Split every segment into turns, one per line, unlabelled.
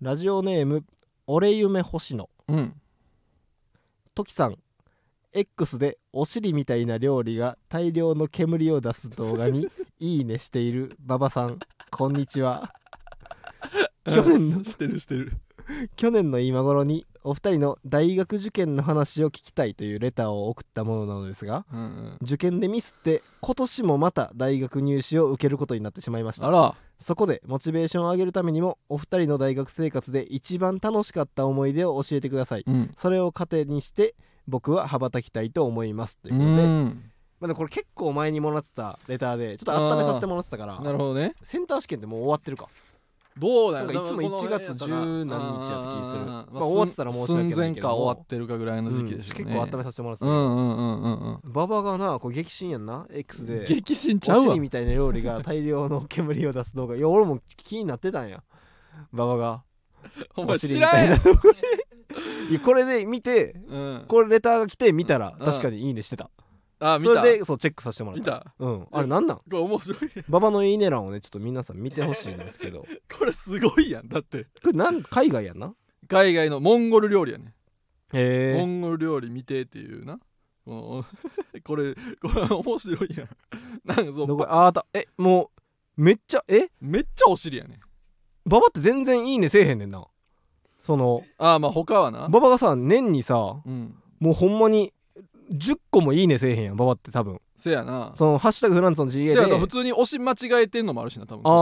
ラジオネーム俺夢星野
うん
トキさん X でお尻みたいな料理が大量の煙を出す動画にいいねしている馬場さんこんにちは去年の
うんしてるしてる
去年の今頃にお二人の大学受験の話を聞きたいというレターを送ったものなのですが
うんうん
受験でミスって今年もまた大学入試を受けることになってしまいました
あら
そこでモチベーションを上げるためにもお二人の大学生活で一番楽しかった思い出を教えてください
うん
それを糧にして僕は羽ばたきたいと思いますという
う
ことで,、ま
ん
あ、でもこれ結構前にもらってたレターでちょっと温めさせてもらってたから
なるほどね
センター試験ってもう終わってるか
どうだよ
なんかいつも
でこの
1月10何日やった気する
うんうんうんうん
まあ終わってたら申し訳ないけども
寸前か終わってるかぐらいの時期でしょう
う
ね
ん結構温めさせてもらって
う
た、
んうんうんうんうん
ババがなこれ激震やんな X で
激震ちゃ
お
うわ
尻みたいな料理が大量の煙を出す動画いや俺も気になってたんやババが
お
お
前
尻
知
みた
ら
い
ん
な
や
いやこれで見て
うん
これレターが来て見たら
うん
確かにいいねしてた、
あ見
そ
た
れでそうチェックさせてもらっ
見
た
た
うんあれなんなん
これ面白い
馬場のいいね欄をねちょっと皆さん見てほしいんですけど こ
これすごいやんだって
れなん海外やんな
海外のモンゴル料理やね
へ
モンゴル料理見てっていうなもう これこれ面白いやんなんかそう
どこあーたえもうめっちゃえ
めっちゃお尻やね
馬場って全然いいねせえへんねんなその
ああまあ他はな
馬場がさ年にさ
うん
もうほんまに10個もいいねせえへんやん馬場って多分
せやな
その「ハッシュタグフランスの GA で」
であと普通に押し間違えてんのもあるしな多分
あー
今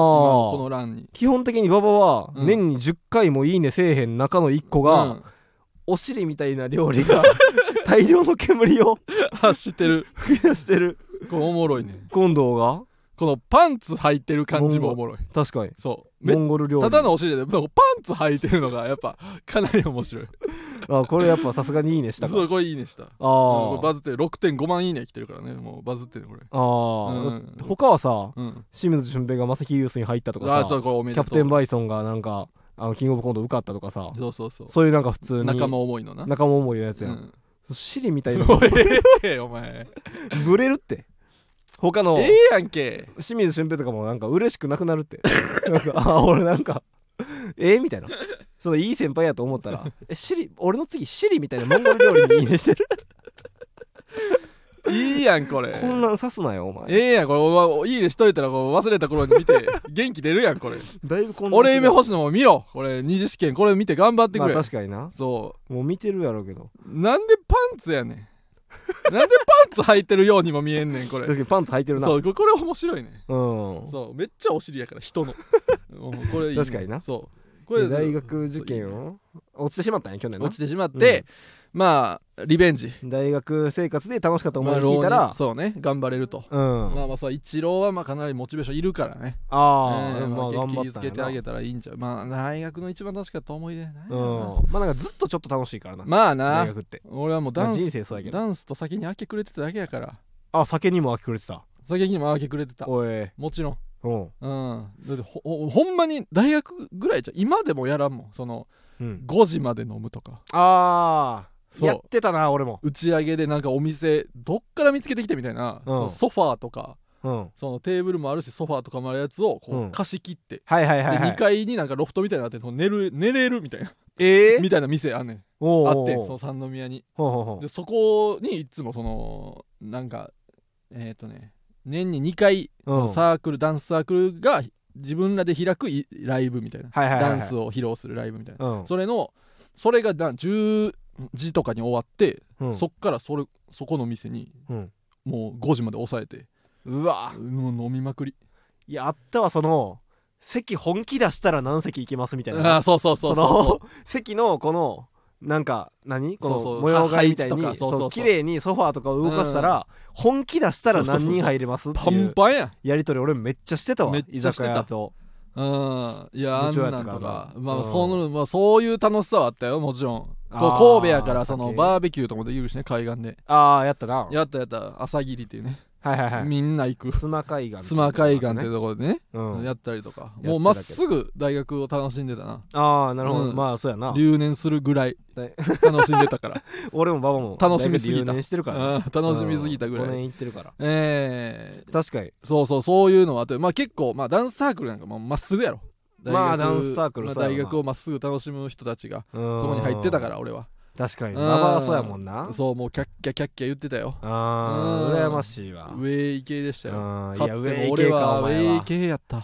のこの欄に
基本的に馬場は
うん
年に10回もいいねせえへん中の1個が、
うん
お尻みたいな料理が 大量の煙を
あ 知ってる
吹き出してる
これおもろいね
近藤が
このパンツ履いてる感じもおもろい
確かに
そうめ
モンゴル料理
ただのお尻でパンツ履いてるのがやっぱかなり面白い
あこれやっぱさすがにいいねしたか
そうこれいいねした
あ
うんこれ
ー
バズってる6.5万いいね来てるからねもうバズってるこれ
あー、
うん
他はさ
うん
清水俊平がマセキユースに入ったと
あ
か
あそ
さ
うこれおめ
キ
でと
ャ
う
プテンバイソンがなんかあのキングオブコント受かったとかさ
そうそうそう
そういうなんか普通に
仲間思いのな
仲間思いのやつ
う
やん、
ん
尻みたいな
おいええお前
ブレるって他の
ええやんけ
清水俊平とかもなんか嬉しくなくなるって なんかあ俺なんかえみたいなそのいい先輩やと思った ら「えシリ俺の次シリみたいなモンゴル料理にいいねしてる
いいやんこれ
こんなん刺すなよお前
ええやんこれおおいいねしといたらこう忘れた頃 に見て元気出るやんこれ
だいぶこんな
俺夢
欲し
星野も見ろこれ二次試験これ見て頑張って
ま
く
あ
れ
確かにな
そ
もう見てるやろうけど
うなんでパンツやねん なんでパンツ履いてるようにも見えんねんこれ
確かにパンツ履いてるな
そうここれ面白いね
うん
そうめっちゃお尻やから 人のうんこれいいね
確かにな
そうこ
で
れ
大学受験を落ちてしまったんや去年な
落ちてしまって、まあリベンジ
大学生活で楽しかった思い
まあ
出聞いたら、
浪人そうね頑張れると、
うん、
ま
あ
あまあそう一郎はまあかなりモチベーションいるからね
あ
え
ー、ま
え
あ
まあ
頑張
切り
っ
つ
たん
け
や
て
な
あげたらいいんちゃうまあ大学の一番楽しかった思い出なんや
う
ろ
んまあなんかずっとちょっと楽しいからな、
なまあ
大
な
学って
俺はもう
ま
ダ
あ
ン
人
ス
生そうやけど
ダンスと先に明け暮れてただけやから
あ酒にも明け暮れてた
先にも明け暮れてた
おい
もちろん
うん
うん、だってほほほんまに大学ぐらいじゃ今でもやらんもんその
うん
5時まで飲むとか
ああ
そう
やってたな俺も
打ち上げでなんかお店どっから見つけてきてみたい
う
な、
ん
そのソファーとか
うん
そのテーブルもあるしソファーとかもあるやつをこ
うん
う貸し切って、
はいはいはい
で
は
2
い
階になんかロフトみたいになってその寝る寝れるみたいな
えー
みたいな店あんねん
おう
あ
おうおう
ってんその三宮に
ほうほうほう
でそこにいつもそのなんかえっ、とね年に2回
うん
サークルダンスサークルが自分らで開くいライブみたいな、
はいはいはいはい
ダンスを披露するライブみたいな、
うん
それのそれがだ10時とかに終わって、
うん
そっからそれそこの店に
うん
もう5時まで抑えて
うわ
もう飲みまくり
いやあったわその席本気出したら何席行けますみたい
あ
な
あそうそうそうそう
そ
そ
の席のこのなんか何こ
そうそ
の
う
模様替えみたいに
配置とかそうそうそう
そう綺麗にソファーとかを動かしたら本気出したら何人入れますっ
う
て
パ
い
ン
う
パンやん
やり取り俺めっちゃしてたわ
めっ
居
ちゃして
酒
た
屋と
うんいやあ
部
ん
長や
な
っ
ん
た
と
からな
か
う
ま
ん
あそのまあそういう楽しさはあったよもちろん
あー
こう神戸やからその
酒
バーベキューとかもできるしね海岸で
ああやったな
やったやった朝霧っていうね
はいはいはい
みんな行く
須磨海岸
須磨海岸って
う
ところでね
ん
やったりとか
やってたけど
もうまっすぐ大学を楽しんでたな
ああなるほど、
うん
まあそうやな
留年するぐらい
だい
楽しんで たから
俺もババも
楽しみすぎた
大学留年してるから、
うん楽しみすぎたぐ
5
らい
年行ってるから
えー
確かに
そうそうそういうのはあってまあ結構まあダンスサークルなんかまあまっすぐやろ大学
まあダンスサークル
まあ
そうやろ
大
な
学をまっすぐ楽しむ人たちが
そ
そこに入ってたから俺は
確かに
うん
ババはそうやもんな
そうもうキャッキャキャッキャ言ってたよ
あ
うん
ー羨ましいわ
ウェイ系でしたよ
うんい
か
や
つ
ウ
て
ェ
も
イ
俺
系か
は
お
ウ
前
ェイ
は
系やった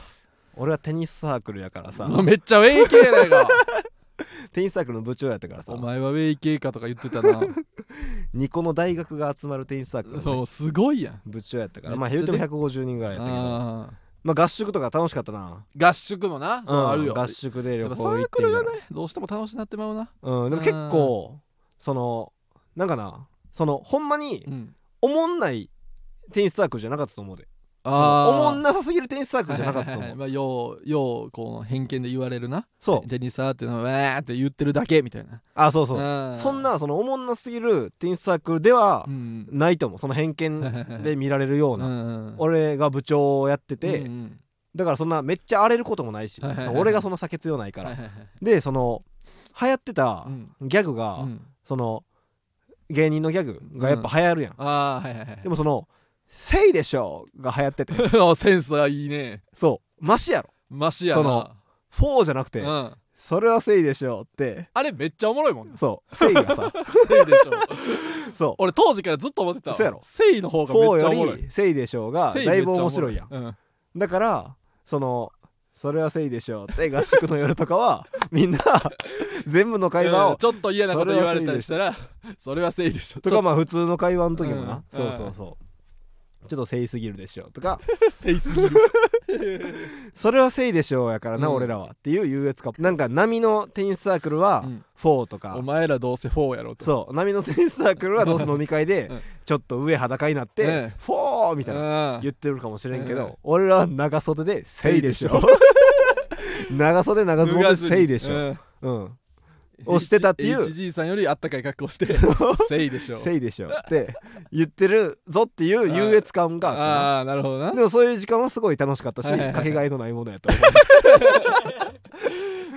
俺はテニスサークルやからさ
めっちゃウェイ系 やないか
テニスサークルの部長やったからさ
お前はウェイ系かとか言ってた な
2個の大学が集まるテニスサークルのね
もうすごいやん
部長やったからまあ
めっ
言
ち
う
ゃ
ても150人ぐらいやったけど
あー
まあ合宿とか楽しかったな
合宿もなそうあるよ
うん合宿で
や
旅
っぱ
行
サ
行っ
ーク
てみ
ル
た
が
い
ね
な
どうしても楽しなってまうな
うんでも結構そのなんかなそのほんまに
うん
おもんないテニスサークルじゃなかったと思うで
あ
おもん
な
なさすぎるテニスサークルじゃなかったと思う、
まあようようこう偏見で言われるな
そう
テニスサーっていうのはわーって言ってるだけみたいな
あそうそう
あー
そんなそのおもんなすぎるテニスサークルでは
うん
ないと思うその偏見で見られるような
な
俺が部長をやってて、
ん
だからそんなめっちゃ荒れることもないし
はいはいはい
そう俺がそんな酒強ないか
はい
ら
はいはい
でその流行ってた
うん
ギャグが、
うん
その芸人のギャグがやっぱ流行るやん、
ああはいはいはい
でもその「せいでしょ」が流行ってて
あセンスはいいね
そうマシやろ
マシや
その
な
フォーじゃなくて、
うん
それはせいでしょって
あれめっちゃおもろいもんな
そうせいが さ
せいでしょ
そ
俺当時からずっと思ってたわ
そうやろ
せいの方
う
が
フォ
め
ー
っちゃおも
よ
ろい
りせいでしょうが
せ
だいぶ面白いやん
めっちゃおもろ
だからそのそれはせいでしょうって合宿の夜とかはみ んな全部の会話
うん
を
ちょっと嫌なこと言われたりしたらそれはせいでしょ
とかまあ普通の会話の時も
う
なんそうそうそうちょっとせいすぎるでしょとか
せいすぎる
それはせいでしょうやからな
うん
俺らはっていう優越感なんか波のテニスサークルは
うん
4とか
お前らどうせ4やろと
そう波のテニスサークルはどうせ飲み会で
うん
ちょっと上裸になっ
え
て
え
「フォー!」みたいな
うん
言ってるかもしれんけ
ええ
ど俺らは長袖で「せいでしょ」 長袖長ズボンで「せいでしょ」うんをしてたっていう
HG さんよりあったかい格好してせいでしょ
せいでしょって言ってるぞっていう優越感があったな
ああーなるほどな
でもそういう時間はすごい楽しかったし、
はいはいはい
かけがえのないものやと思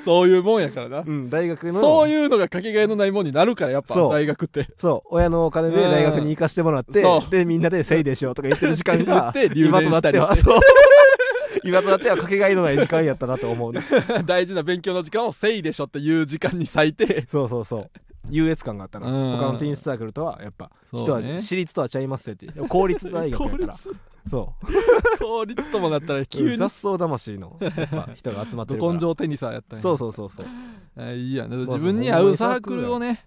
そういうもんやからな
う、うん、大学の
そういうのがかけがえのないもんになるからやっぱ
そう
大学って
そう親のお金で
うん
大学に行かしてもらって
そう
でみんなで「せいでしょ」とか言ってる時間が
言って留
今と
年
な
し
ったて
り
は
して
そう 今となってはかけがえのない時間やったなと 思うね
大事な勉強の時間を「せいでしょ」っていう時間に割いて
そうそうそう優越感があったな
うん
他のテニスサークルとはやっぱ
そう
一味、
ね
私立とはちゃいますってでも公立大学や
効
から
率
そう
効率ともな ったら急
雑
に
草魂のやっ ぱ人が集まって
ど
るから
根性テニサーやったんや
そうそうそうそう
あいいや
うそう
自分に合うサークルをね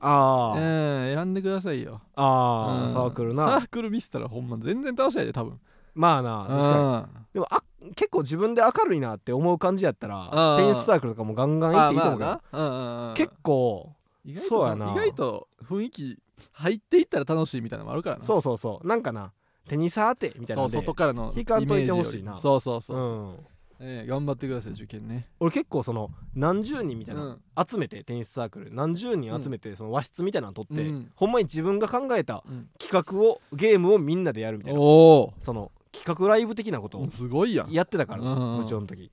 あ
うん
ー、
選んでくださいよ
あー、
うん
サークル
サ
な
ークル見せたらほんま全然楽しないで多分
まあな確かにでもあ結構自分で明るいなって思う感じやったら
うん
テニスサークルとかもガンガン
うん
行っ
あ
ていいと思うけど
まあなうんうんうん
結構
意外と
そうやな
意外と雰囲気入っていったら楽しいみたいなのもあるからな
そうそうそうなんかなテニサーってみたいなん
そう
で
外からのイメ
引か
ー
ん
ジよ
といて
り
ほしいな
そうそうそう
う
そうんええ頑張ってください受験ね
俺結構その何十人みたいな、
うん
集めてテニスサークル何十人集めてその和室みたいなの取って、
うん
ほんまに自分が考えた
うん
企画をゲームをみんなでやるみたいな
お
その企画ライブ的なことを
おすごいやん
やってたから、
うんうんうん
部長の時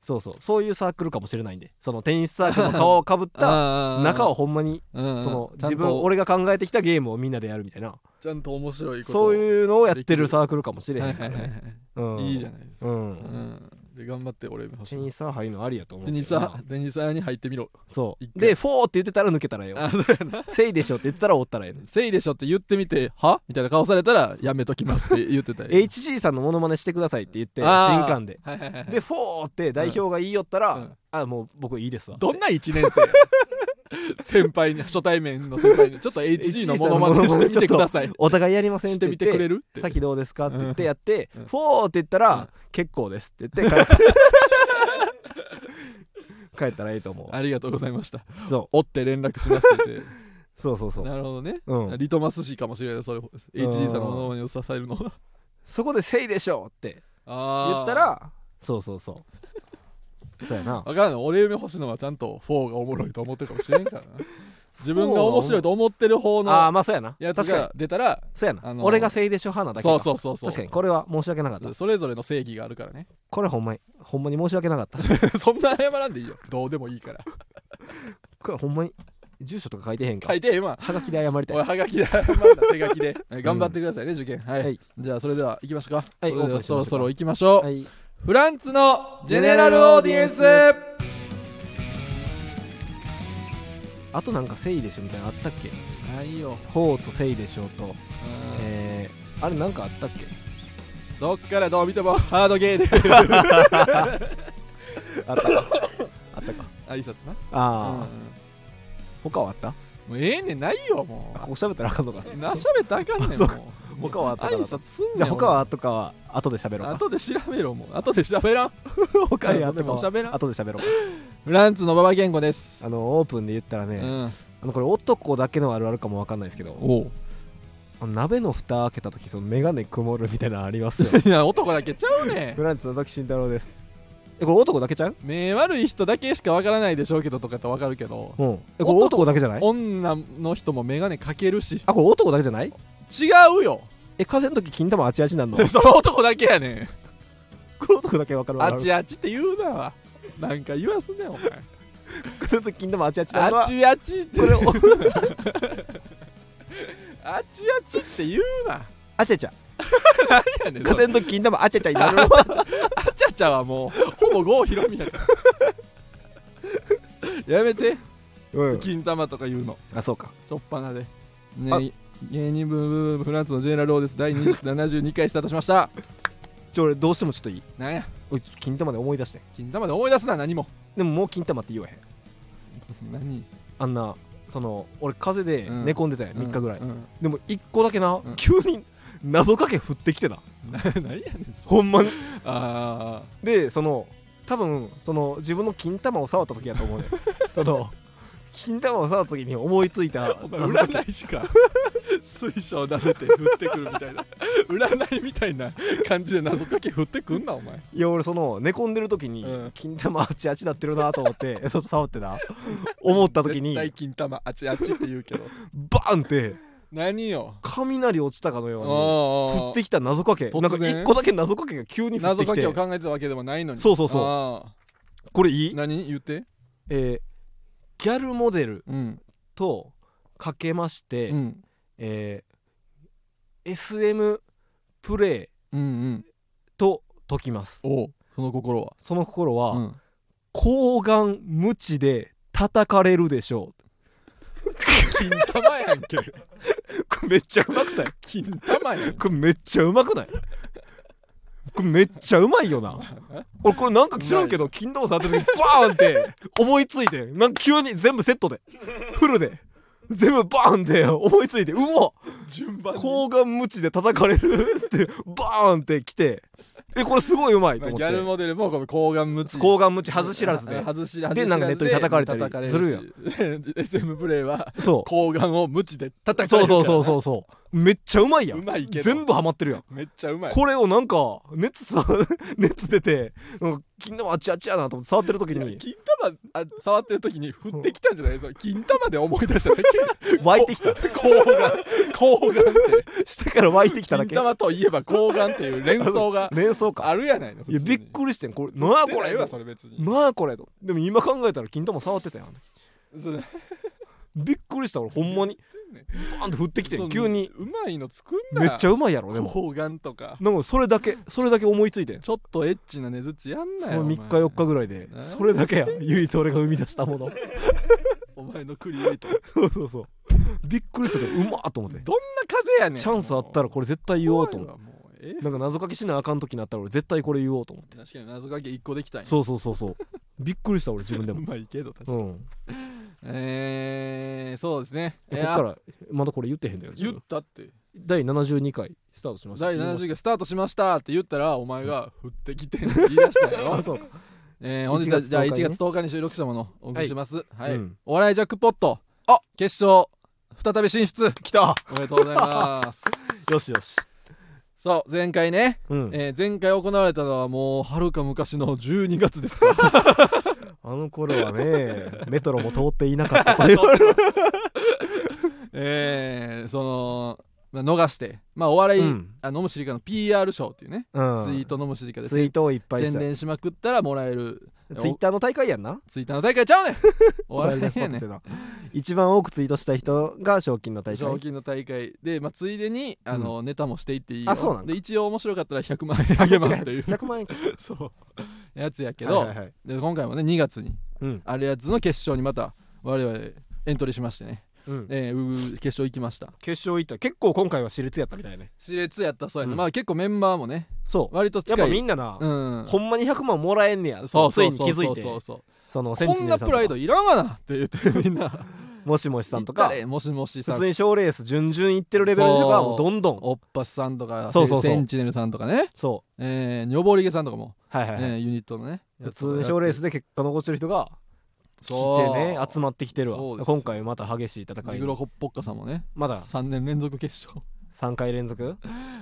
そうそうそういうサークルかもしれないんでそのテニスサークルの顔をかぶった中を
を
ほんまに
そ
その自分俺が考えてきたゲームをみんなでやるみたいな
ちゃんと面白いこと
そう
う
いうのをやってるサークルかもしれ
は
へ
い
んか
は
ら
いはいは
ね
い
うん
いいじゃないですか
う
うんんで頑張って俺も欲し
テ
い
ニサー入るのありやと思うけ
テ
どな
ニサーテニサーに入ってみろ
そう
一
で「
回
フォー」って言ってたら抜けたらよ
あそうやな
「せいでしょ」って言ってたらおったらええねん
せいでしょって言ってみてはみたいな顔されたらやめときますって言ってたよ
HC さんのモノマネしてくださいって言って
あー
新刊で
はいはいはい
で「フォー」って代表が言いよったら、
うん
あもう僕いいですわ
どんな1年生 先輩に初対面の先輩にちょっと HG のモノマネしてみてください
お互いやりませんっ
してて
言っ
み
て
てくれるって
さっきどうですかって言ってやって「
うん
フォー」って言ったら、
うん
結構です」って言って帰って 帰ったらええと思う
ありがとうございました
そ
追って連絡しますって言って
うそうそうそう
なるほどね、
うん、
リトマス紙かもしれないそれ HG さんのモノマネを支 えるのは
そこで「せいでしょ」って
あー
言ったらそうそうそう そうやな
分からん俺夢星野はちゃんと4がおもろいと思ってるかもしれん からな自分が面白いと思ってる
あ
方
あー
の
まあそうやな
やつ
確かに
が出たら
そうやな、
あのー
俺が「せいでしょ」派なだけか
そうそうそうそう
確かにこれは申し訳なかった
それぞれの正義がある からね
これほんまにほんまに申し訳なかった
そんな謝らんでいいよどうでもいいから
これほんまに住所とか書いてへんか
書いて今
はがきで謝りたい
おい
は
はがき で謝るな手書きで頑張ってくださいね受験はい、
はい
じゃあそれでは行きましょうか、
はい
それで
オープンしましょうか
そろそろ行きましょう、
い
フランツのジェネラルオーディエンス
あとなんか「せいでしょ」みたいなのあったっけ
ないよ、
「ほう」と「せいでしょ」と、
うん
えー、あれなんかあったっけ
どっからどう見てもハードゲーで
あったかあったか
挨拶な
ああ、
うん
他はあった
もうええねんないよも
あここ喋ったらあかんのか
うなしゃべったらあかんねん
あ
も
そうう他はあったか
挨
な
拶すんねん
じゃあ他は
あ
とかは後で喋ろうか
後で調べろもう後で喋らん
他にあとか
もう喋ら
は
ん
後で喋ろうか
フランツの馬場健吾です
あのオープンで言ったらね、
うん
あのこれ男だけのあるあるかもわかんないですけど
おう
あの鍋の蓋開けた時その眼鏡曇るみたいなのあり ますよ
いや男だけちゃうね
フランツの時慎太郎ですえこれ男だけちゃうん
目悪い人だけしかわからないでしょうけどとかってわかるけど
うんえこれ男だけじゃない
女の人も眼鏡かけるし
あこれ男だけじゃない
違 うよ
え風邪の時金玉あちあち なんの
その男だけやねん
これ男だけわかるわ
あ
かる
ちあちって言うななんか言わすねお前
風邪の時金玉あちあちなの
あ
は
ちあちって
これお
あちあちって言うな
あちゃちゃ
何やねんそ
風
れ
邪の時金玉あちゃちゃになるのは
あちゃちゃはもうほぼ郷ひろみやからやめて
うん
金玉とか言うの
あそうか
しょっぱなで
あ
ね芸人ブームブームブームフランスのジェネラルオーです第20 72回スタートしました
ちょ俺どうしてもちょっといい
なんや
おいちょっと金玉で思い出して
金玉で思い出すな何も
でももう金玉って言わへん
何
あんなその俺風邪で
うん
寝込んでたやん、3日ぐらい、
うん
でも1個だけな、
ん
急に謎かけ降ってきてな
な何やねんそれ
ほんまに
あ
でその多分その自分の金玉を触った時やと思うね その金玉を触った時に思いついた
あお前
謎かけ
占い師か水晶なでて振ってくるみたいな占いみたいな感じで謎かけ振ってくんなお前
いや俺その寝込んでる時に
うん
金玉あちあちなってるなと思ってその触って な思った時に
絶対金玉あちあちって言う けど
バーンって
何よ
雷落ちたかのように降
降
ってきた謎かけ
突
な
然
んか1個だけ謎かけが急に降って
謎
き
かけ
て
を考えてたわけでもないのに
そうそうそう
あ
これい
ー
い
何言って
えーギャルモデル
うん
とかけまして、
うん
えー SM プレイ
うんうん
と解きます
おうその心は
その心は、
うん
睾丸無知で叩かれるでしょ
金玉やんけ
う これめっちゃうまくない
金玉やん
これめっちゃうまくないこれめっちゃうまいよ な俺これなんか知らんけど金玉さんって時バーンって思いついてなんか急に全部セットでフルで全部バーンって思いついてうまっ
順番に
睾丸無知で叩かれるってバーンって来てえこれすごいうまい
ま
と
あ
思
ギ
っ
ャル
て
モデルもこの睾丸無知
睾丸無知外し知らずで
外し
でなんかネットに叩かれたりするやん
ん SM プレイは
そ
睾丸を無知で
う
叩か
そ
れ
う
る
そうそうそううそうめっちゃうまいや
うんまいけど
全部ハマってるやん
めっちゃうまい
これをなんか熱さ 熱出てなんか金玉あっちあっちやなと思って触ってる時
いや
に
金玉あ触ってる時に振ってきたんじゃないぞ金玉で思い出しただけ
湧いてきた
睾丸睾丸って
下から湧いてきただ
金
け
玉といえば睾丸っていう連想が
連想か
あるやないの
いやびっくりしてんこれなあこ
これ
れ
はそれ別に
なあこれとでも今考えたら金玉触ってたやん
それ
びっくりした俺ほんまにバーンって降ってきて
その
ん急に
うまいの作んな
めっち
ゃ
ゃうまいやろでも
睾丸とか
なんかそれだけそれだけ思いついてん
ちょっとエッチなねずちやんな
そ
よ
の
お前
3日4日ぐらいで
え
それだけや唯一俺が生み出したもの
お前のクリエイトどん
そ
な
うそうそうびっくりしたけどうまっと思って
風やねん
チャンスあったらこれ絶対言おうと思って
怖いわもうえ
なんか謎かけしなあかん時になったら俺絶対これ言おうと思って
確かに謎かけ1個できたんや
そうそうそうそうびっくりした俺自分で
う
も
まいけど確か
う
に
ん
えーそうですね
こ
え
っ
ー
か
あ
らまだこれ言ってへんだよ自
言っ
分
たって
第72回スタートしました
第70回スタートしましたって言ったらお前が「降ってきてん」って言い出したや
あ、
ろ
そうか
えー、本日は
1月10日に
じゃあ1月10日に収録したものをお送りしますはい、
うん
お笑いジャックポット
あ
決勝再び進出
来た
おめでとうございます
よしよし
そう前回ね、
うん
えー前回行われたのはもうはるか昔の12月で すか
あの頃は ねメトロも通っていなかったと言われる
えー、その、まあ、逃して、まあ、お笑い、
うん
あのむしりかの PR 賞っていうね、
う
ツイー
ん
トのむしりかで
ツイートをいっぱいし
宣
たツ
伝しまくったらもらえる
イッターの大会やんな
ツイッターの大会ちゃうねんお笑いやねん
な
え
一番多くツイートした人が賞金の大
賞
会
金の大会で、まあ、ついでにあの、ネタもしていっていいよ
あそうなんだ
で一応面白かったら100万円あげますという
100万円け
そうやつやけど、
はいはいはい
で今回もね2月に
うん
あるやつの決勝にまた我々エントリーしましてね、
うん
えーうー決勝行きました
決勝行った結構今回は熾烈やったみたいね
熾烈やったそうやな、
うん
まあ結構メンバーもね
そう
割と
や
近
っ
い
ぱみんなな、
うん
ほんまに100万もらえんねや
そう
つ
そ
いうに
そ
気
う
づ
そ
いうて
そうそ
その
うこんなプライドいらんがなって言ってみんな
もしもし さんとか
行ったれもしもしさ
普
ん
通に賞レース順々いってるレベルでは
そう
もうどんどん
おっぱしさんとか
そうそうそう
センチネルさんとかね
そ
えー、にょぼりげさんとかも、
うはいはい、はい
えーユニットのね
普通に賞レース
で
で結果残してる人が来
そ
て
う
ね集まってきてる
そう
わ
です
今回また激しい戦い
ジグロホッポッカさんもね
まだ
3年連続決勝
3回連続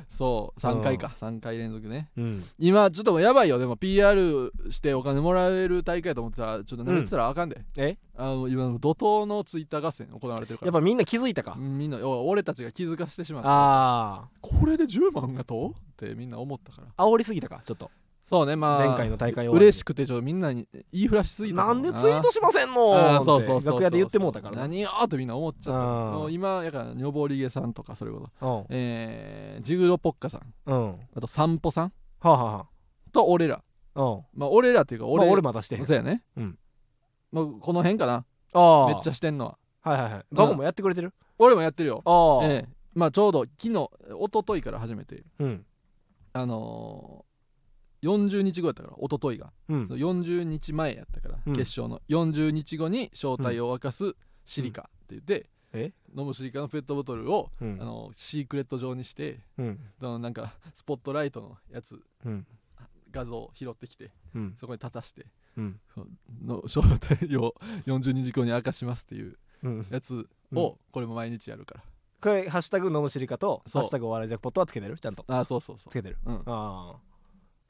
そう3回か3回連続ね
うん
今ちょっとやばいよでも PR してお金もらえる大会と思ってたらちょっと
うん
慣れてたらあかんで、
え
あの今の怒涛のツイッター合戦行われてるか
やっ
ら
ぱみんな気づいたか、
みんなお俺たちが気づかしてしまった
あ
これで10万がとってみんな思ったから
あ煽りすぎたかちょっと
そうねまあ
前回の大会終わりに
嬉しくてちょっとみんなに言いふらしすぎた
な
かも
んでツイートしませんのっ
あー
て
そうそうそうそう
楽屋で言ってもうたからな
何よーってみんな思っちゃった
あー
もう今やから女房リゲさんとかそれこそ
うんうん
えー、ジグロポッカさん
は
あと散歩さん
あはあは
と俺ら
あうん
まあ俺らっていうか
俺,、
俺,、
まあ、俺まだしてへん
そうやね
うん
まあこの辺かな
ああ
めっちゃしてんのは
はいはいはいバコもやってくれてる、
俺もやってるよ
ああ、
ええまあちょうど昨日一昨日から始めて
うん
あのー、40日後やったから一昨日が
うん
40日前やったから、
うん
決勝の40日後に正体を明かすシリカって言って、
うんえ
飲むシリカのペットボトルを、
うん
あのシークレット状にして
うん
あのなんかスポットライトのやつ
うん
画像を拾ってきて
うん
そこに立たして
うん
そうの正体を42時後に明かしますっていう
うん
やつ
う
をこれも毎日やるから、
これ「ハッシュタグ飲むしりか」と「ハ
そう
ッシュタグお笑いジャックポット」はつけてるちゃんと
あそうそうそ
つけてる
う、うん、
ああ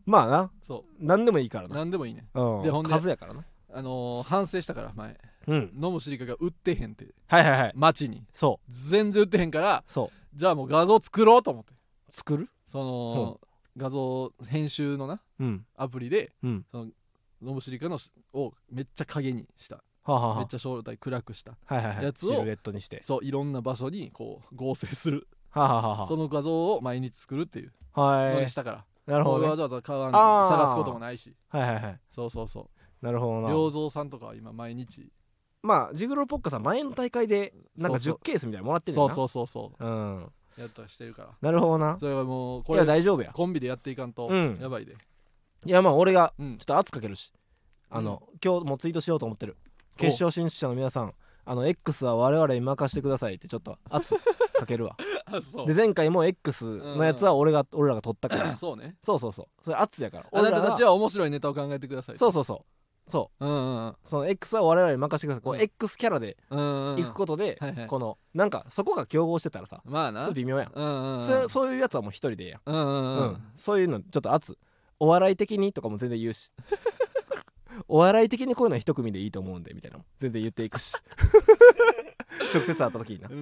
まあな
そ
何でもいいから
う
な
何でもいいね
うん
でほんで
数やからな
あのー反省したから前
うん
飲むシリカが売ってへんって
はいはいはい
街に
そ
全然売ってへんから
うそ
じゃあもう画像作ろうと思って
う作る
その、画像編集のな
うん
アプリで
うん
ノブシリカのしをめっちゃ影にした
はあはあ
めっ
は
ちゃ正体暗くした
あはいはいは
や
いシ
つを
ルエットにして
そういろんな場所にこう合成する
はあはあは
その画像を毎日作るっていう
あは
の
い
にしたから、
なるほ
もう
ど
わ
ね
ざわざ買わん
あー
探すこともないし
はいはいはい
そうそうそ
なるほ
う
どな
良三さんとかは今毎日
まあジグロポッカさん前の大会でなんか
そう
10
そう
ケースみたいなのもらってる
そ
よ
う
な
そうそうそ
うん
うやったりしてるから
なるほどな
それはもう
い
こ
や
れ
大丈夫や
コンビでやっていかんと
うん
やばいで、
いやまあ俺が
うん
ちょっと圧かけるしあの、今日もうツイートしようと思ってる決勝進出者の皆さんあの X は我々に任せてくださいってちょっと圧かける わ
あそう
で前回も X のやつは俺が、俺らが取ったから
そうね
そうそうそうそれ圧やから
あ
俺
な
ら
た
が
たちは面白いネタを考えてください
そうそうそうそ
うんうん
うその X は我々に任せてくださいこう、
うん
X キャラで
うんうんうん
行くことで、
はいはい
このなんかそこが競合してたらさ
まあ
ちょ
な
っと微妙やん、
うんうんうん
そそういうやつはもう一人でええやん、
うんうん
う
うん
んそういうのちょっと圧お笑い的にとかも全然言う しお笑い的にこういうのは一組でいいと思うんでみたいなのも全然言っていく し直接会った時にな
うー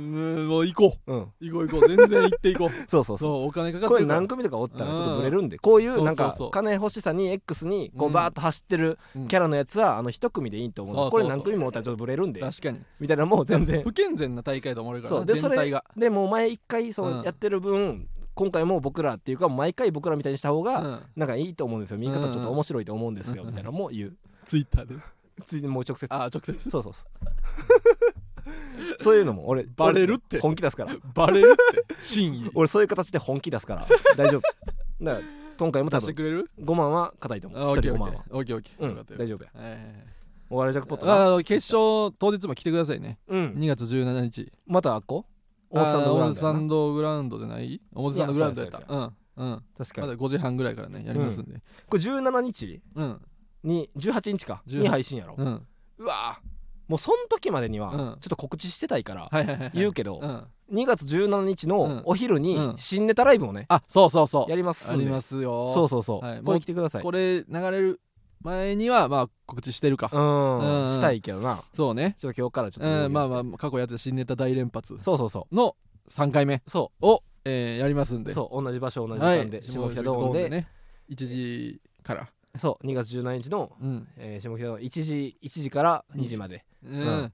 んもう行こ
うん
う行こう行こう全然行って行 こう
そうそうそう
そうお金かかって
これ
るから
何組とかおったらちょっとブレるんでこういうなん
そう
か
そうそう
金欲しさに X にこ
う
うんバーッと走ってる
うん
キャラのやつはあの一組でいいと思うんで
そう
こ
そう
れ
そう
何組もおったらちょっとブレるんで
確かに
みたいなもう全然
不健全な大会と思われるか
そ
ら
う
な
で
全
そ
体
れ
が
でもう前一回そうの
ん
やってる分今回も僕らっていうか毎回僕らみたいにした方がなんかいいと思うんですよ見方ちょっと面白いと思うんですよ
うん
みたいなのも言 う
ツイッターで
ついでもう直接
ああ直接
そうそうそうそう いうのも俺
バレるって
俺本気出すから
バレるって 真意
俺そういう形で本気出すから大 丈夫だから今回も多
出して
分
くれる
5万は硬いと思
あ
う
オ
1
ッケ
人
ー
5
オッ
万
ケー
は
オッケーオッケ
う
ーよか
ん
ったよか
大
っ
丈夫や
たえ
お笑いジャックポット
ー
な
あー決勝当日も来てくださいね
うん
2月17日
またあっこ
あ
大津さん
ー
のグラウンドやな
表参道グラウンドじゃない表参道グラウンドやった
いや
うんうん
確か
ま
に
だ5時半ぐらいからねやりますんで
これ17日
うん
に18日か
18
に配信やろ
うん
うわーもうその時までには
うん
ちょっと告知してたいから
はいはいはい
言
は
うけど
いうん
2月17日のお昼に
うん
新ネタライブをね
あそうそうそう
やります
あ
んで
りますよ
そうそうそう
はい
これ来てください
これ流れる前にはまあ告知してるか、
うん
うん
したいけどな
そうね、
ちょっと今日からちょっと
うん、まあ
あ
まあ過去やってた新ネタ大連発
そうそうそ
の3回目
うそ
を、えーやりますん
う
で
そう同じ場所同じ時
は
間
い
で
下
下
北
北
ド
ド
ー
ー
ム
ム
で
で
ね1時から
そう2月17日の
うん、
えー下北の1時1時から2時まで
うん
うん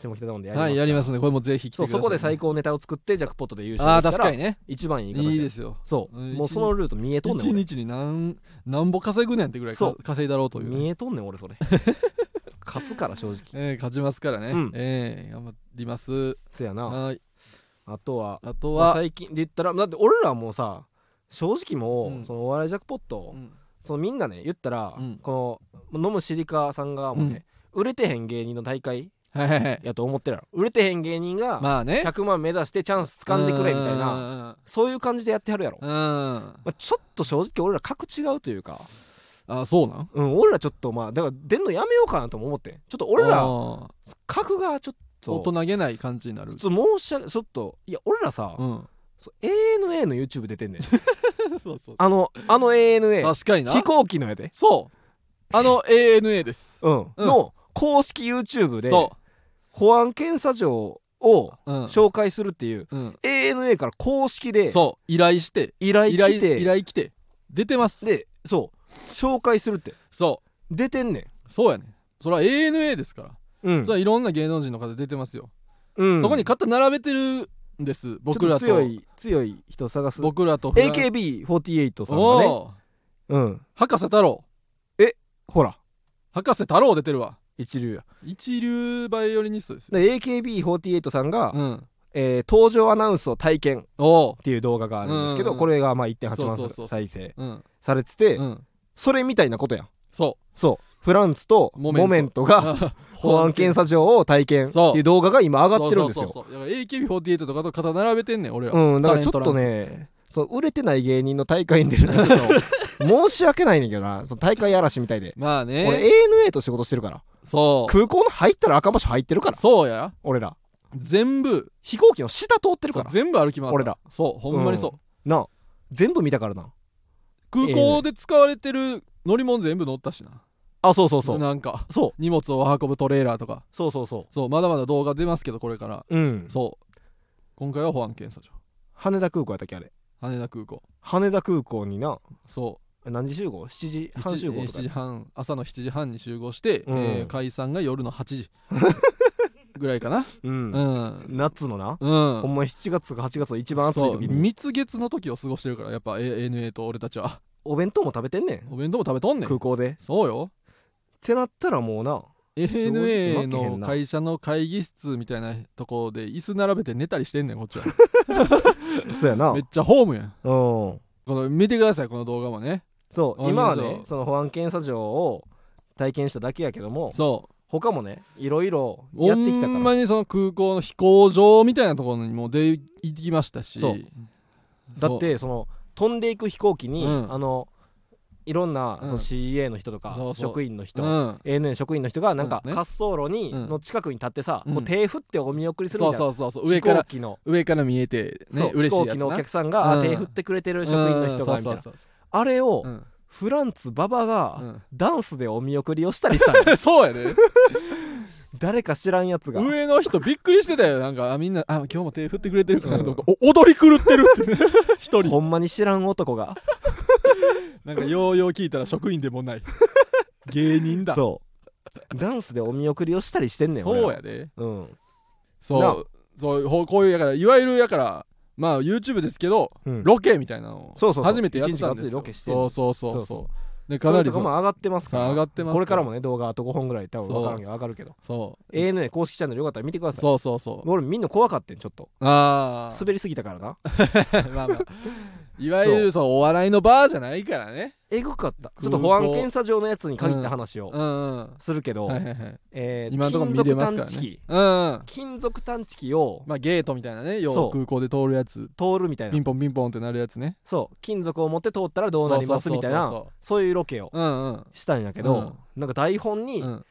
下北だもんでやります
はいやりますねこれもぜひ来て
そう
ください
そこで最高ネタを作ってジャックポットで優
あ
勝
あー
でき
確
た
からにね
一番いい形
いいですよ
そう
うん
もうそのルート見えとんね
一
ん俺
日に何何ぼ稼ぐねんってぐらいか
そう
稼いだろうという、
見えとんねん俺そ れ勝つから正直
えー勝ちますからね、
うん
えー頑張ります
せやな
はい
あとは
あと
まあ
は、
最近で言ったらだって俺らもうさ正直
う
も
ん
うそのお笑いジャックポット
うん
そのみんなね言ったら
うん
この飲むシリカさんがもうね売れてへん芸人の大会
はいはいはい
やと思ってるやろ売れてへん芸人が
まあね
100万目指してチャンス掴んでくれみたいな
な
そういう感じでやってはるやろ
うんあ
まあちょっと正直俺ら格違うというか
ーそうなん
うん俺らちょっとまあだから出んのやめようかなとも思ってんちょっと俺ら
あー
格がちょっ
大
と
人げない感じになる
ちょっと申し訳ちょっといや俺らさ
うん
そう ANA の YouTube 出て んねん
そうそう
あのあの ANA
確かにな
飛行機のやで
そうあの ANA です
うん
うん
の公式 YouTube で
そ
保安検査場を
う、うん
紹介するっていう
うん
ANA から公式で
そう依頼して
依頼
依頼
来
依
て
頼来て出てます
でそう紹介するって
そ
出てんねん
うそうやねそれは ANA ですから、
うん
それはいろんな芸能人の方出てますよ、
うん
そこに肩並べてるんです僕らと
ちょっ強い強い人探す
僕らとフラン
AKB48 さんがね
おう
うん
博士太郎
ほら
博士太郎出てるわ
一流や
一流バイオリニストですよ、
で AKB48 さんが、
うん
えー登場アナウンスを体験っ
お
ていう動画があるんですけど、
うんうんうん
これがまあ1.8
そうそうそう
万再生
ううん
されてて、
うん
それみたいなことやん
そ
そうフランツと
モ
モ
メント
メント
う
が 保安検査場を体験って
そう
いう動画が今上がってるんですよ
そうそうそうそうだから AKB48 とかと肩並べてんねん俺は、
うんだからちょっとねそう売れてない芸人の大会に出る のはちょっと申し訳ないねんけどなその大会嵐みたいで、
まあね
俺 ANA と仕事してるから
そう
空港の入ったら赤場所入ってるから
そうや
俺ら
全部
飛行機の下通ってるから
そう全部歩き回った
俺ら
そうほんまにそう、
なあ全部見たからな
空港で使われてる乗り物全部乗ったしな
あそうそうそう
なんか
そう
荷物を運ぶトレーラーとか
そうそうそ
そうまだまだ動画出ますけどこれから
ううん
そう今回は保安検査所
羽田空港やったっけあれ
羽田空港
羽田空港にな
そ
何時集合 ?7 時
う
半集合
7
とか
時半朝の7時半に集合して、
うん
えー解散が夜の8時ぐらいかな
う
うんん
夏のな
うん、
ほんま7月か8月の一番暑い
そう
時に
蜜月の時を過ごしてるからやっぱ ANA と俺たちは
お弁当も食べてんねん
お弁当も食べとんねん
空港でっ
そうよ
てなったらもうな
ANA
負けへ
の
んな
会社の会議室みたいなとこで椅子並べて寝たりしてんねんこ っちは
そうやなう
めっ
ん
ちゃホームやん
そ
この見てくださいこの動画もね
う
あ
今は
見まし
ね
ょう
その保安検査場を体験しただけやけども
そ
他もねいろいろ
う
やってきた
ほ
か
ん
ら
まにその空港の飛行場みたいなところにも出行きましたし
そうだってその飛んでいく飛行機に、
うん
あのいろんな、
う
そ
ん
の CA の人とか
そうそう
職員の人、
うん
ANA 職員の人がなんか
うんね
滑走路に、
うん
の近くに立ってさ、
うん
こう手振ってお見送りする
そ
み
う
たいな、
そうそうそう
飛
上から
行機の、
上から見えて
そ
ね
う飛
嬉し
行
いや
機
つ
の
な
お客さんが、
うん
あ手振ってくれてる職員の人が、みたいな
そうそうそ
あれを、
ううん
フランツ馬場が、
うん
ダンスでお見送りをしたりした の
そうやね
誰か知らんやつが
上の人びっくりしてたよなんかあみんなあ今日も手振ってくれてるかなと思ってお踊り狂ってるって一人
ほんまに知らん男が
なんかようよう聞いたら職員でもない 芸人だ
そうダンスでお見送りをしたりしてんねん俺ら
そうやで
うん
そ
な
うそうほこういうやからいわゆるやからまあ YouTube ですけど、
うん
ロケみたいなのを
そうそうそう
初めてやったんです
一日がっつり
よ
ロケしてん
そ
の
うそうそうそ
そ
う
うそ
で
か
か
な
な
り
り
と
そ
かも
う
上がってますから
上がってますから
これからもね動画あと5本ぐらい多分分からんけど上がるけど
そ
ANA 公式チャンネルよかったら見てくだ
う
さい
そうそうそう
俺みんな怖かってんちょっと
ああ
滑りすぎたから な
まあまあいわゆるそのお笑いのバーじゃないからね
えぐかった ちょっ
空
と
港
保安検査場のやつに限った話
う
を
んうん
するけど、
はいはいはい
えー
今のところ見れますか
金属探
ら
知
ね
機
うんうん
金属探知機を
まあゲートみたいなねよ
そう
う空港で通るやつ
通るみたい
ピ
な
ンポンピンポンってなるやつね
そう金属を持って通ったらどうなります
そ
み
うそう
た
そう
い
そう
なそういうロケを
うんうん
したんやけど、なんか台本に、
うん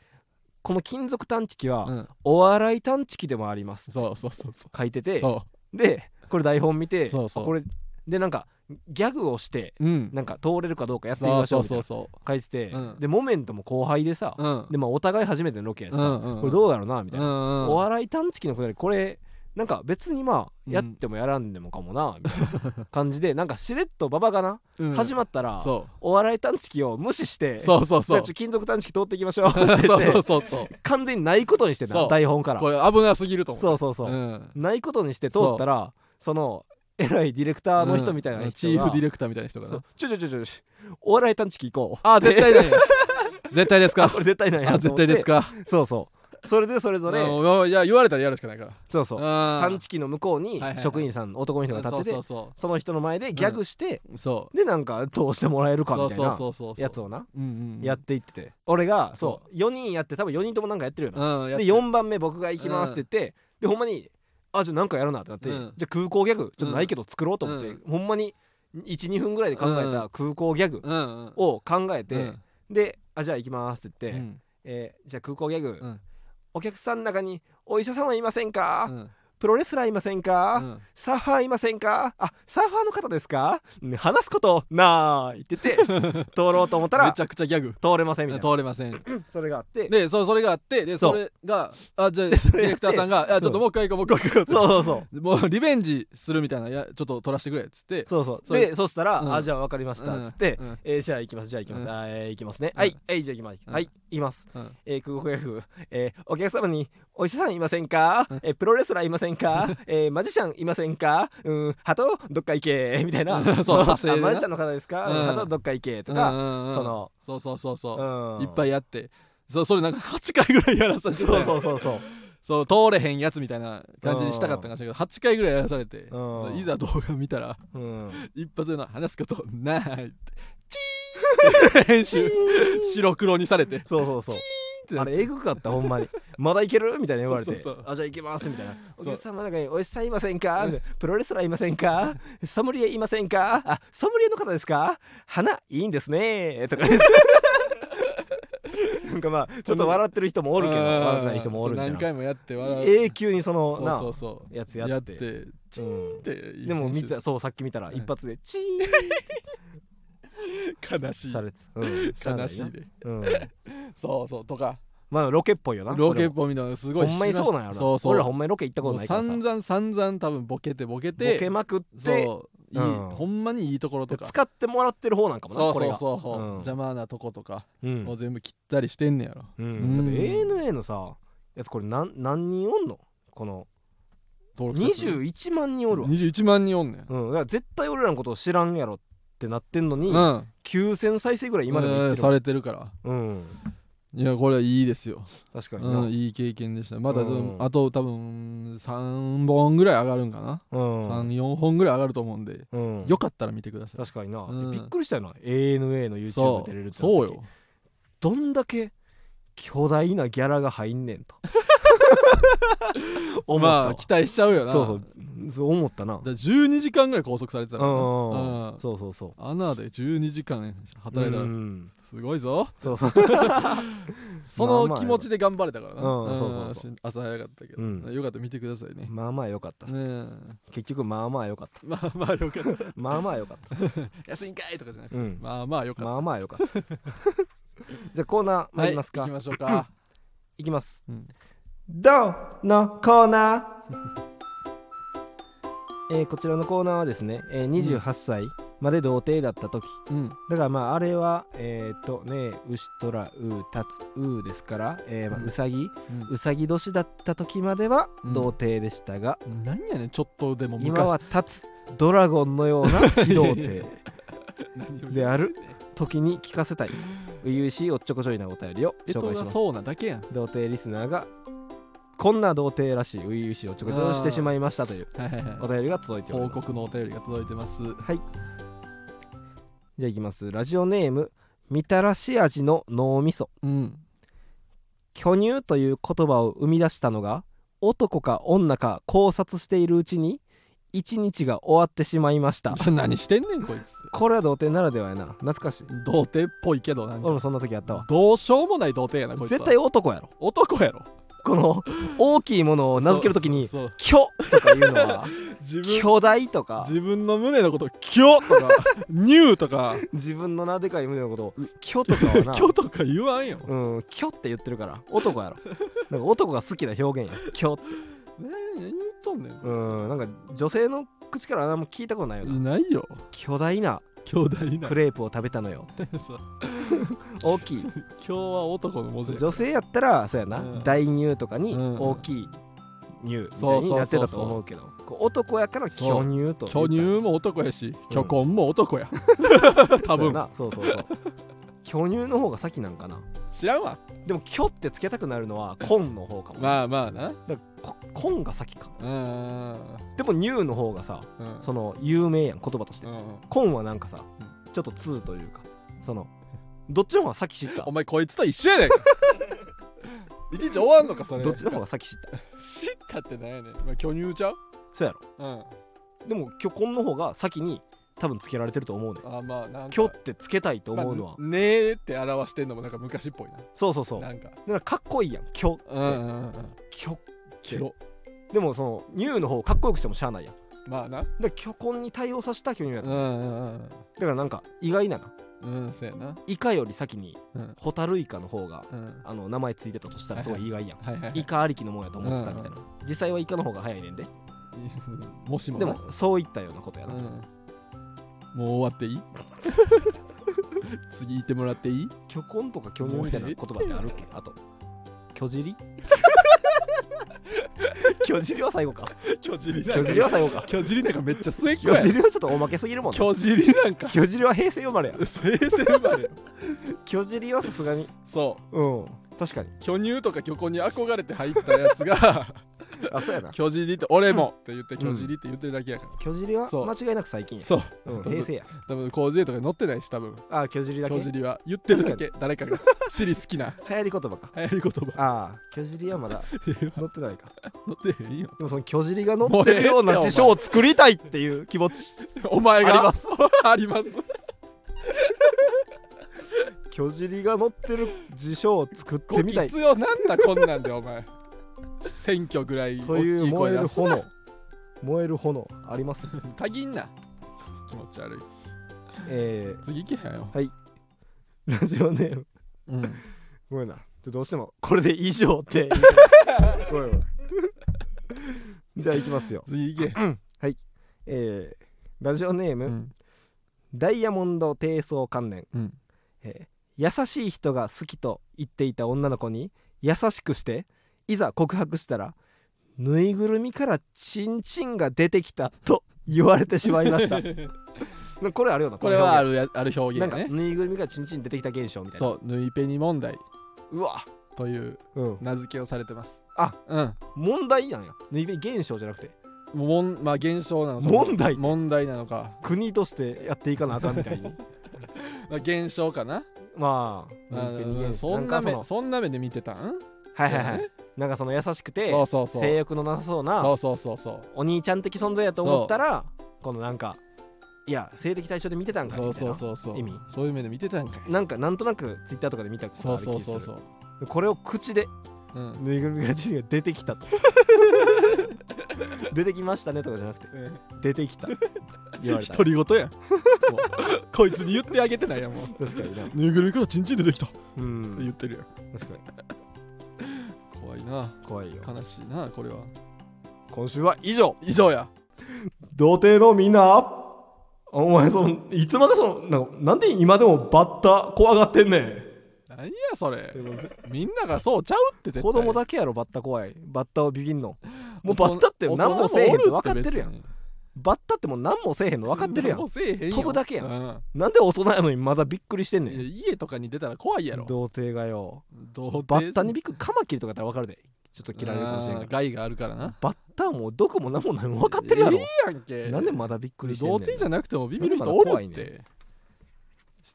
この金属探知機
う
は
ん
お笑い探知機でもあります
そうそうそうそ
書いて
う
て
そ
でこれ台本見て
そうそう
あこれでなんかギャグをして
ううん
なんか通れるかどうかやってみ
そう
ましょ
そう
み
う
たい
そ
な
うそ
書いてて、
うん
でモメントも後輩でさ、
ううん
でまあお互い初めてのロケやしさ、
うんうんうん
これどうやろうなみたいな、
うんうん
お笑い探知機のくだりこれなんか別にまあ
うん
やってもやらんでもかもなみたいな 感じでなんかしれっと馬場がな
うん
始まったら
そ
お笑い探知機を無視して
うそうそう
じ
そ
ゃ
う
あちょ金属探知機通っていきましょうって言って
そうそうそうそう
完全にないことにして
そ
た
う
台本から
これ危なすぎると思う
そうそうそう、
ん
ないことにして通ったらその偉いディレクターの人みたいな人が、
うんチーフディ
レク
レクターみたいな人がな
ちょちょちょちょちょお笑い探知機行こう
あ絶対
で
だよ絶対です
あ
か
これ絶対なんや
あ
と
絶
思って
対ですか
そうそうそれでそれぞれ
うんいや言われたらやるしかないから
そうそう探
探
知機の向こうに
はいはいはい
職員さん男の人が立ってて
そうそ
その人の前でギャグして、
うそうそう
でなんか通してもらえるか
そ
み
う
たい
そう
な
そうそうそう
やつをな
うんうん
やっていってて俺がそ
そう
4人やって多分4人ともなんかやってるよな
うんやっ
で
て
4番目僕が行きますって言って、でほんまに「あじゃあなんかやるな」ってなって、
うん
じゃあ空港ギャグちょっとないけど作ろうと思って、
う
ほんまに12分ぐらいで考えた空港ギャグ
うんうん
を考えて、
うん
であ「じゃあ行きます」って言っ
う
て、
ん
えーじゃあ空港ギャグ、
うん
お客さんの中にお医者様いませんか、
うん
プロレスラーいませんか、
うん
サーファーいませんかあサーファーの方ですかうん話すことないって 言って通ろうと思った
め
ら
ちゃくちゃギャグ
通れませんみたいな
通れません
それがあって
でそうそれがあってで
そう
それがあじゃあデ
でそ
ィ
れや
レ
っ
ク
て
ターさんが「いやちょっともう一回行こうもう一回行こう」
そうそうそう
もうリベンジするみたいないやちょっと取らせてくれっつって
そうそう
それ
でそしたら、
うん
あじゃあ分かりましたっつって、
うんうん
えーじゃあ行きますじゃあ行きます、
うん
あーえー行きますね、
うん
はい、えーじゃあ行きます、
うん
はい行きます、
うん
えー空港予約、えーお客様にお医者さんいませんか、
うん
えープロレスラーいません か、えーマジシャンいませんかうん鳩どっか行 けみたいな
そう
あ
派生でな
マジシャンの方ですか、
うん
鳩どっか行けと
う
か、
んうんうん
その、
そうそうそうそうういっ
い
ぱいやってそうそれなんか8回ぐらいやら されて
そうそうそうそう
そう通れへんやつみたいな感じにしたかったんかもしれんけど8回ぐらいやらされて
うん
いざ動画見たら
うん
一発での話すことないってチーンって 編集白黒にされてっ
そうそうそう
て
あ
なって
れえぐかったほんまにまだいけるみたいな言われて
そうそうそう
あじゃあ行けますみたいなお
そう
客様の中にお医者さんいませんかプロレスラーいませんかソムリエいませんかあソムリエの方ですか花いいんですね とか言ってなんかまあちょっと笑ってる人もおるけど
うん
笑ってない人もおるみたい
そう何
な
回もやって笑う
永久にその
そう
な
そうそう
やつ
や
や
っ
ってて
チーンっていい
でも
編集
見たそうさっき見たら
うん
一発でチー
悲し
ン
い
されてうんしゃあな
悲
な
しいで
うん
そうそうとか
まあロケっぽいよな
ロケっ
ぽ
ぽいみたいなのす
いほ
ごい
んまにそうなんやろな
そうそう
俺らほんまにロケ行ったこと
もう
ないからさ
散々散々多分ボケてボケて
ボケまくって
そういい、
うん
ほんまにいいところと
で
か
使ってもらってる方なんかもな
そう
こ
そ
れ
う
が
そうそう、
うん
邪魔なとことか、
うん
もう全部切ったりしてんねやろ
うんだっ
うん
て ANA のさやつこれ何何人おんのこの
登録者数
21万人おるわ、
21万人おんねん
うん、だから絶対俺らのことを知らんやろってなってんのに、
うん
9000再生ぐらい今でもい
う
って
ん
る
さ
わ、
れてるから
うん、
いやこれはいいですよ、
確かにな
うん、いい経験でしたまだ、
うん
あと多分3本ぐらい上がるんかな、
うん、
34本ぐらい上がると思うんで、
うん、
よかったら見てください
確かにな、
うん
びっくりしたよな ANA の YouTube
そ
出れる
う
って
そう
の時
よ
どんだけ巨大なギャラが入んね んと思ったわ、
まあ期待しちゃうよな
そうそうそう思ったな
だから12時間ぐらい拘束されてたからな
うん
うん
そうそうそう
アナで12時間働いた
う
ら
ん
すごいぞ、
そうそう
その気持ちで頑張れたからな、
うんそうそうそ
ん朝早かったけど、
うん
よかったら見てくださいね、
まあまあよかった
うん
結局まあまあよかった
まあまあよかった
まあまあよかった
安いんかいとかじゃなくて、
うん
まあまあよかった、
まあまあよかった じゃあコーナー
は
参りますか、
行きましょ うか
いきます、
うん
どうのコー ナーえーこちらのコーナーはですね、えー28歳まで童貞だった時
うん
だからまああれはえっ、とねうしとらうたつうですから、えーまあ
うん
うさぎ
うん
うさぎ年だった時までは
うん
童貞でしたが、
何やねんちょっとでも昔
今は立つドラゴンのような機動 艇
何を
である時に聞かせたい初々しいおっちょこちょいなお便りを
え
紹
と
介し
が
ます
そうなだけやん
童貞リスナーがこんな童貞らしい初々しいおっちょこちょいをしてしまいましたという
はいはい
お
は
便りが届い
い
ており
報
ます
告のお便りが届いてます
じゃあいきますラジオネームみたらし味の脳みそ
うん
巨乳という言葉を生み出したのが男か女か考察しているうちに一日が終わってしまいま した
じゃあ何してんねんこいつ
これは童貞ならではやな懐かしい
童貞っぽいけどなん
俺
か
もそんな時あったわ
どうしようもない童貞やなこいつは
絶対男やろ
男やろ
この大きいものを名付けるときに
そう
「巨」とか言うのは
自
「
分
巨大」とか
自分の胸のこと「キョ」とか「ニュー」とか
自分の名でかい胸のことを「巨」とかは
「
な
キョ」とか言わんよ
うん「巨」って言ってるから男やろなんか男が好きな表現や「巨」って
何言っとんねん
うんなんか女性の口から何も聞いたことないよ
い
な
ないよ
巨大な
兄弟いない
クレープを食べたのよ
そう
大きい
今日は男の文字や
女性やったらそうやな、
うん
大乳とかに
うん
大きい乳みたいになってたと思うけどこう男やから巨乳と
巨乳も男やし巨根も 男や、多
そうや
分
なそうそうそう巨乳の方が先なんかな
知らんわ
でも巨ってつけたくなるのは紺の方かも、
まあまあな
だからこ紺が先かも
うん
でも乳の方がさ
うん
その有名やん言葉として
うん
紺はなんかさ、
う
ちょっと通というかそのどっちの方が先知った
お前こいつと一緒やねんか いちいち終わんのかそれ
どっちの方が先知っ た
知ったってなんやねん、まあ、巨乳ちゃう
そうやろ
うんあ
でも巨根の方が先に多分つけられてると思うねん
まあなんか
巨ってつけたいと思うのは、
まあねえって表してんのもなんか昔っぽいな
そうそうそうだ
な
か
んから
かっこいいやん巨
うんうんうん
巨
キロ
でもその乳の方をかっこよくしてもしゃあないやんだか
まあな
ら巨根に対応させた巨乳や
う
と
んうん
だからなんか意外なな
うんうんそうやな
イカより先に
うん
ホタルイカの方が
うん
あの名前ついてたとしたらすごい意外やん
はいはいはい
イカありきのもんやと思ってたみたいな実際はイカの方が早いねんで
もしも
で
な
もそういったようなことや
う
なん
もう終わってい い次行ってもらっていい
巨根とか巨乳みたいな言葉ってあるっ けあと巨尻 巨尻は最 後か
巨尻
巨尻は最後か
巨尻なんかめっちゃ末っ子
巨
や
尻はちょっとおまけすぎるもんな
巨尻なんか
巨尻は平成生まれや
生成生まれよ
巨尻はさすがに
そ
うん確かに
う巨乳とか巨根に憧れて入ったや つが
あそうやな
巨尻って俺もって言って巨尻って言ってるだけやから、
巨尻は
そう
間違いなく最近や
そう
うん平成や
多分工事でとかに載ってないし多分
あ巨尻だけ
巨
流行
尻は言ってるだけ 誰かが尻好きな
り言葉か
流行り言葉
ああ巨尻はま だ乗ってないか
載ってへんよ
でもその巨尻が乗ってるような辞書を作りたいっていう気持ち
お前が
あります
あります
巨尻が乗ってる辞書を作って
ご
みたい
必要なんだこんなんで お前選挙ぐらい
と
大
い
き
う
い声
燃え
出
る
すな
炎燃える炎あり ます、
たぎんな気持ち悪い
え
次行けへんよ、
ー、ラジオネーム
うん、
ごめんなちょっとどうしてもこれで以上ってごめんごめんじゃあいきますよ
次行け、
えー、ラジオネーム、
うん
ダイヤモンド低層関連、
うん
えー優しい人が好きと言っていた女の子に優しくしていざ告白したらぬいぐるみからチンチンが出てきたと言われてしまいました これあるよな
これはあ
る
るやある表
な
現
んか
ね
ぬいぐるみからチンチン出てきた現象みたいな
そう「縫いペニ問題
うわ、」
という
うん、
名付けをされてます
あ
うん
問題なんやぬいぐるみ現象じゃなくて
もんまあ現象なのかも
問題
問題なのか、
国としてやっていかなあかんみ たいに
まあ、現象かな
まあ
あ
ぬいぐるみ
ー
現象
そん
か
な目
そ
そんな目で見てたん
のはいはいはいなんかその優しくて
そうそうそう
性欲のなさそうな
そうそうそうそう
お兄ちゃん的存在やと思ったらこのなんかいや性的対象で見てたんか
そう
みたい
そう
な
そうそう
意味
そういう目で見てたんかい
なんかなんとなくツイッターとかで見たこと
そ
あ
う
る気
そ
が
う
す
そ
る
うそう
これを口で
うん
ぬいぐるみが自身が出てき たと出てきましたねとかじゃなくて出てきた言わ れた
独り言やんもうこいつに言ってあげてないやんもう
確かにな
ぬいぐるみからチンチン出てきたって
う
言
ん
ってるやん
確か
怖いな
に怖いよ
悲しいなこれは
今週は以上
以上や
童貞のみんなお前そのいつまでそのなんかなんで今でもバッタ怖がってんねん
何やそれ
ということで
みんながそうちゃうって絶対
子供だけやろバッタ怖いバッタをビビんのもうバッタって
大人
何もせえへんって分かってるや
おる
ん
って別に
バッタってもう何もせえへんの分かってるや
何
ん
もせえへんよ
飛ぶだけやん
うん
なんで大人やのにまだびっくりしてんね
い
ん
や家とかに出たら怖いやろ
童貞がよ
童貞
バッタにびっくりカマキリとかやったら分かるでちょっと切られるかもしれん
あ
か
ー
ら
害があるからな
バッタはもう毒も何もないの分かってるやろ
いいやんけ
なんでまだびっくりしてん
童
ね
貞
ん
じゃなくてもビビる人おるっ
なんでまだ怖い
て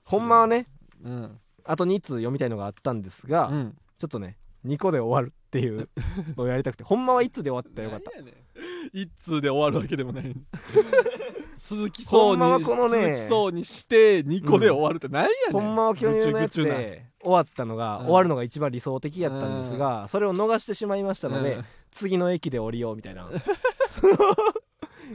ほんまはね
うん
あと2通読みたいのがあったんですが、
うん
ちょっとね2個で終わるっていうのをやりたくてほんまは1通で終わったらよかった
何やねん一通で終わるわけでもない 続きそうに
ほんまはこのね
続きそうにして2個で終わるってなんや
ほ
ね
ん
ん
まは巨乳のやつ
ぐちゅぐちゅな
で終わったのが、
うん
終わるのが一番理想的やったんですが、それを逃してしまいましたので、
うん
次の駅で降りようみたい な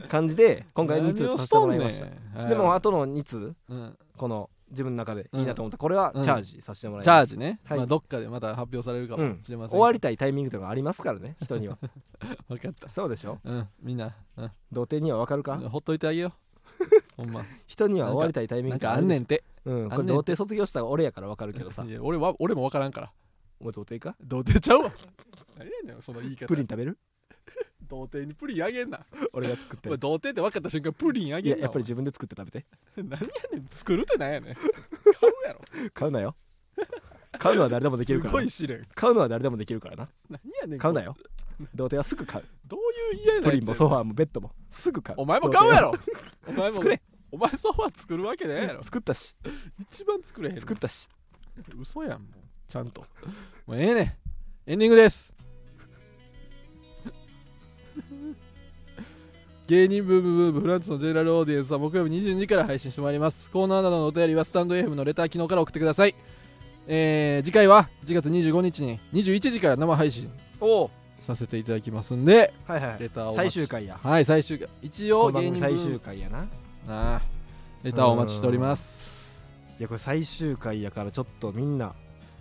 感じで今回2通
何
と
を
させ
し
て
と
も
んね
らい
ん
ました、
はい
でも後の2通
うん
この自分の中でいいなと思った、これはチャージさせてもらいます、
チャージね、
はい
まあ、どっかでまた発表されるかもしれませんけ
終
ど、
わりたいタイミングというのがありますからね人には
分かった
そうでしょ
うんみんな、うん、
童貞には分かるか
ほっといてあげよ うほんま
人には終わりたいタイミング
なん
と
かあんねんて
うんこ
あんね
れ童
ん
貞卒業した俺やから分かるけどさ
いや俺は俺も分からんから
お前童貞 か
童貞ち ゃうわ何やねんその言い方
プリン食べる
童貞にプリンあげんな
俺が作って
お前童貞って分かった瞬間プリンあ
い
げん
や
な
やっぱり自分で作って食べて
お前 何やねん作るってなん やねん買うやろ
買うなよ買うのは誰でもできる
す
か
ご
ら
い
な
試練
買うのは誰でもできるからな
何やねん
買うなよ
こい
童貞はすぐ買う
つどういう嫌なやつ
プリンもソフ
ァ
ァーもベッドもすぐ買う
お前も買うや
ろ
ろお前も
作れ
お前ソファ作るわけないや ろ
作ったし
一番作れへん
作ったし
嘘やんもうちゃんともうええねんエンディングです 芸人ブームブームフランスのジェラルオーディエンスは木曜日22時から配信してまいりますコーナーなどのお便りはスタンド FM のレター機能から送ってくださいえー次回は1月25日に21時から生配信
おお
させていただきますんで
はいは
レターをお
最
待ち
終回や
はい最終回一
こ
応
の番
芸
組
人ブー
最
ム
終回やない
なあレターをお待ちしております
やこれ最終回やからちょっとみんな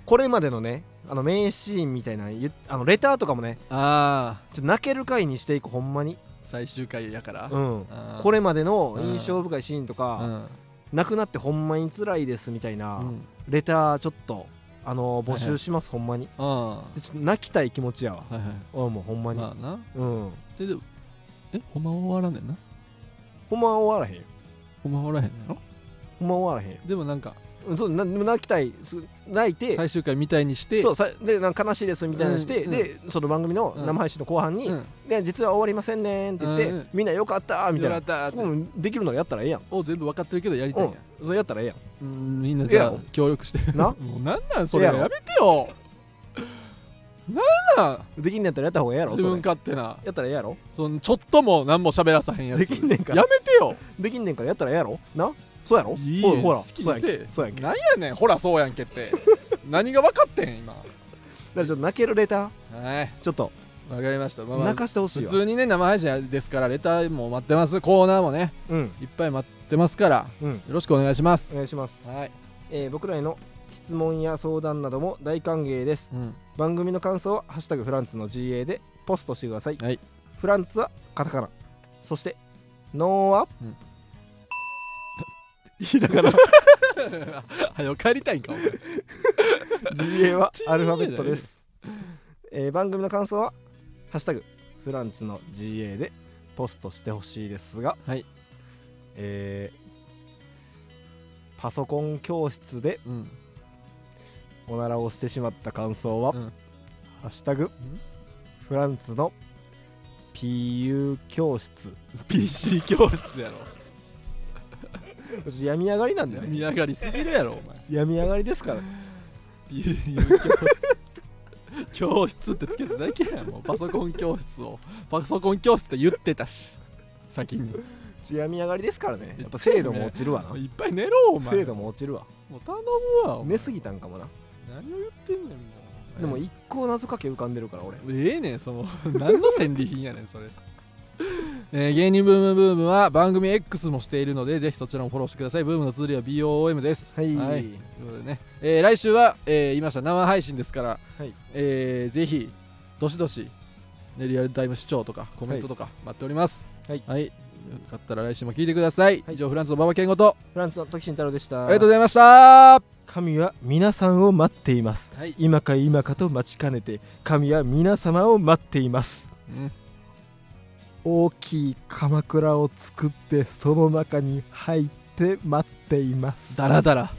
これまでのねあの名シーンみたいなゆあのレターとかもね
ああ
ちょっと泣ける回にしていくほんまに
最終回やから、
うん
あー
これまでの印象深いシーンと
う
か
ん
なくなってほんまに辛いですみたいな、
うん
レターちょっとあの募集します、ほんまに
あ
でちょっと泣きたい気持ちやわ
あはいはい
うんもうほんまに、
まあな
うん
えでもえほんまは終わらんねんな
ほんまは終わらへんよ
ほんまは終わらへんの
ほんまは終わらへんよ
でもなんか
うんそうなでも泣きたいす泣いて
最終回みたいにして
そうさでなんか悲しいですみたいなのして、
うん
でその番組の
うん
生配信の後半に「
うん
で実は終わりませんね」って言って、
うんうん
みんな「よかった」みたい
よか
な
ったーっ
こ
て
こもできるならやったらええやん
を全部分かってるけどやりた
う
いん
ん
や
それやったらええやん
うんみんなじ
い
ゃあ
やろ
協力して
な
もうなんなんそれや
いやろ
めてよなんなん
できんねやったらやった方がええやろ
自
それ
分勝手な
やったらええやろ
そのちょっとも何も喋らさへんやつ
できんねんから
やめてよ
できんねんからやったらええやろなそうやろ
いい
ほ
よ
らほら
好き
そう
に
やん
せ
け
え
そうやんけだ
なんやねんほらそうやんけって 何が分かってへん今
からちょっと泣けるレター
はい
ちょっと
分かりましたまあまあ
泣かしてほしい
普
わ
通にね生配信ですからレターも待ってますコーナーもね
うん
いっぱい待ってますから
う
よ
ん
ろしくお願いします
お願いします、
はい、
えー僕らへの質問や相談なども大歓迎です
うん、
番組の感想は「ハッシュタグフランツの GA」でポストしてください、
はい
フランツはカタカナそしてノーは、
うん
ひら がな
はよ帰りたいんかお前
GA は
ちー
アルファベットです、えー番組の感想は「ハッシュタグフランツの GA」でポストしてほしいですが、
はい
えーパソコン教室で
うん
おならをしてしまった感想は、
うん
ハッシュタグフランツの PU 教室
PC 教室やろ
病み上がりなんだよ
見
ね
上がりすぎるやろお前
病み上がりですから
PU 教室教室ってつけただけやんもうパソコン教室をパソコン教室って言ってたし先に
病み上がりですからねやっぱ精度も落ちるわ
もう
ない
っぱい寝 ろお前
精度も落ちるわ
もう頼むわお
寝
前
すぎたんかもな
何を言ってんねんもう
でも一向謎かけ浮かんでるから俺
ええねんその 何の戦利品やねんそれえー、芸人ブームブームは番組 X もしているのでぜひそちらもフォローしてくださいブームの通りは BOOM です
はい
ということでね、えー来週は、えー言いました生配信ですから、
はい
えーぜひどしどし、ね、リアルタイム視聴とかコメントとか待っております
はい
よかったら来週も聞いてください、
はい
以上フランスの馬場健吾と
フランツの時慎太郎でした
ありがとうございました
神は皆さんを待っています
はい、
今か今かと待ちかねて神は皆様を待っています
うん、
大きい鎌倉を作ってその中に入って待っています
だらだら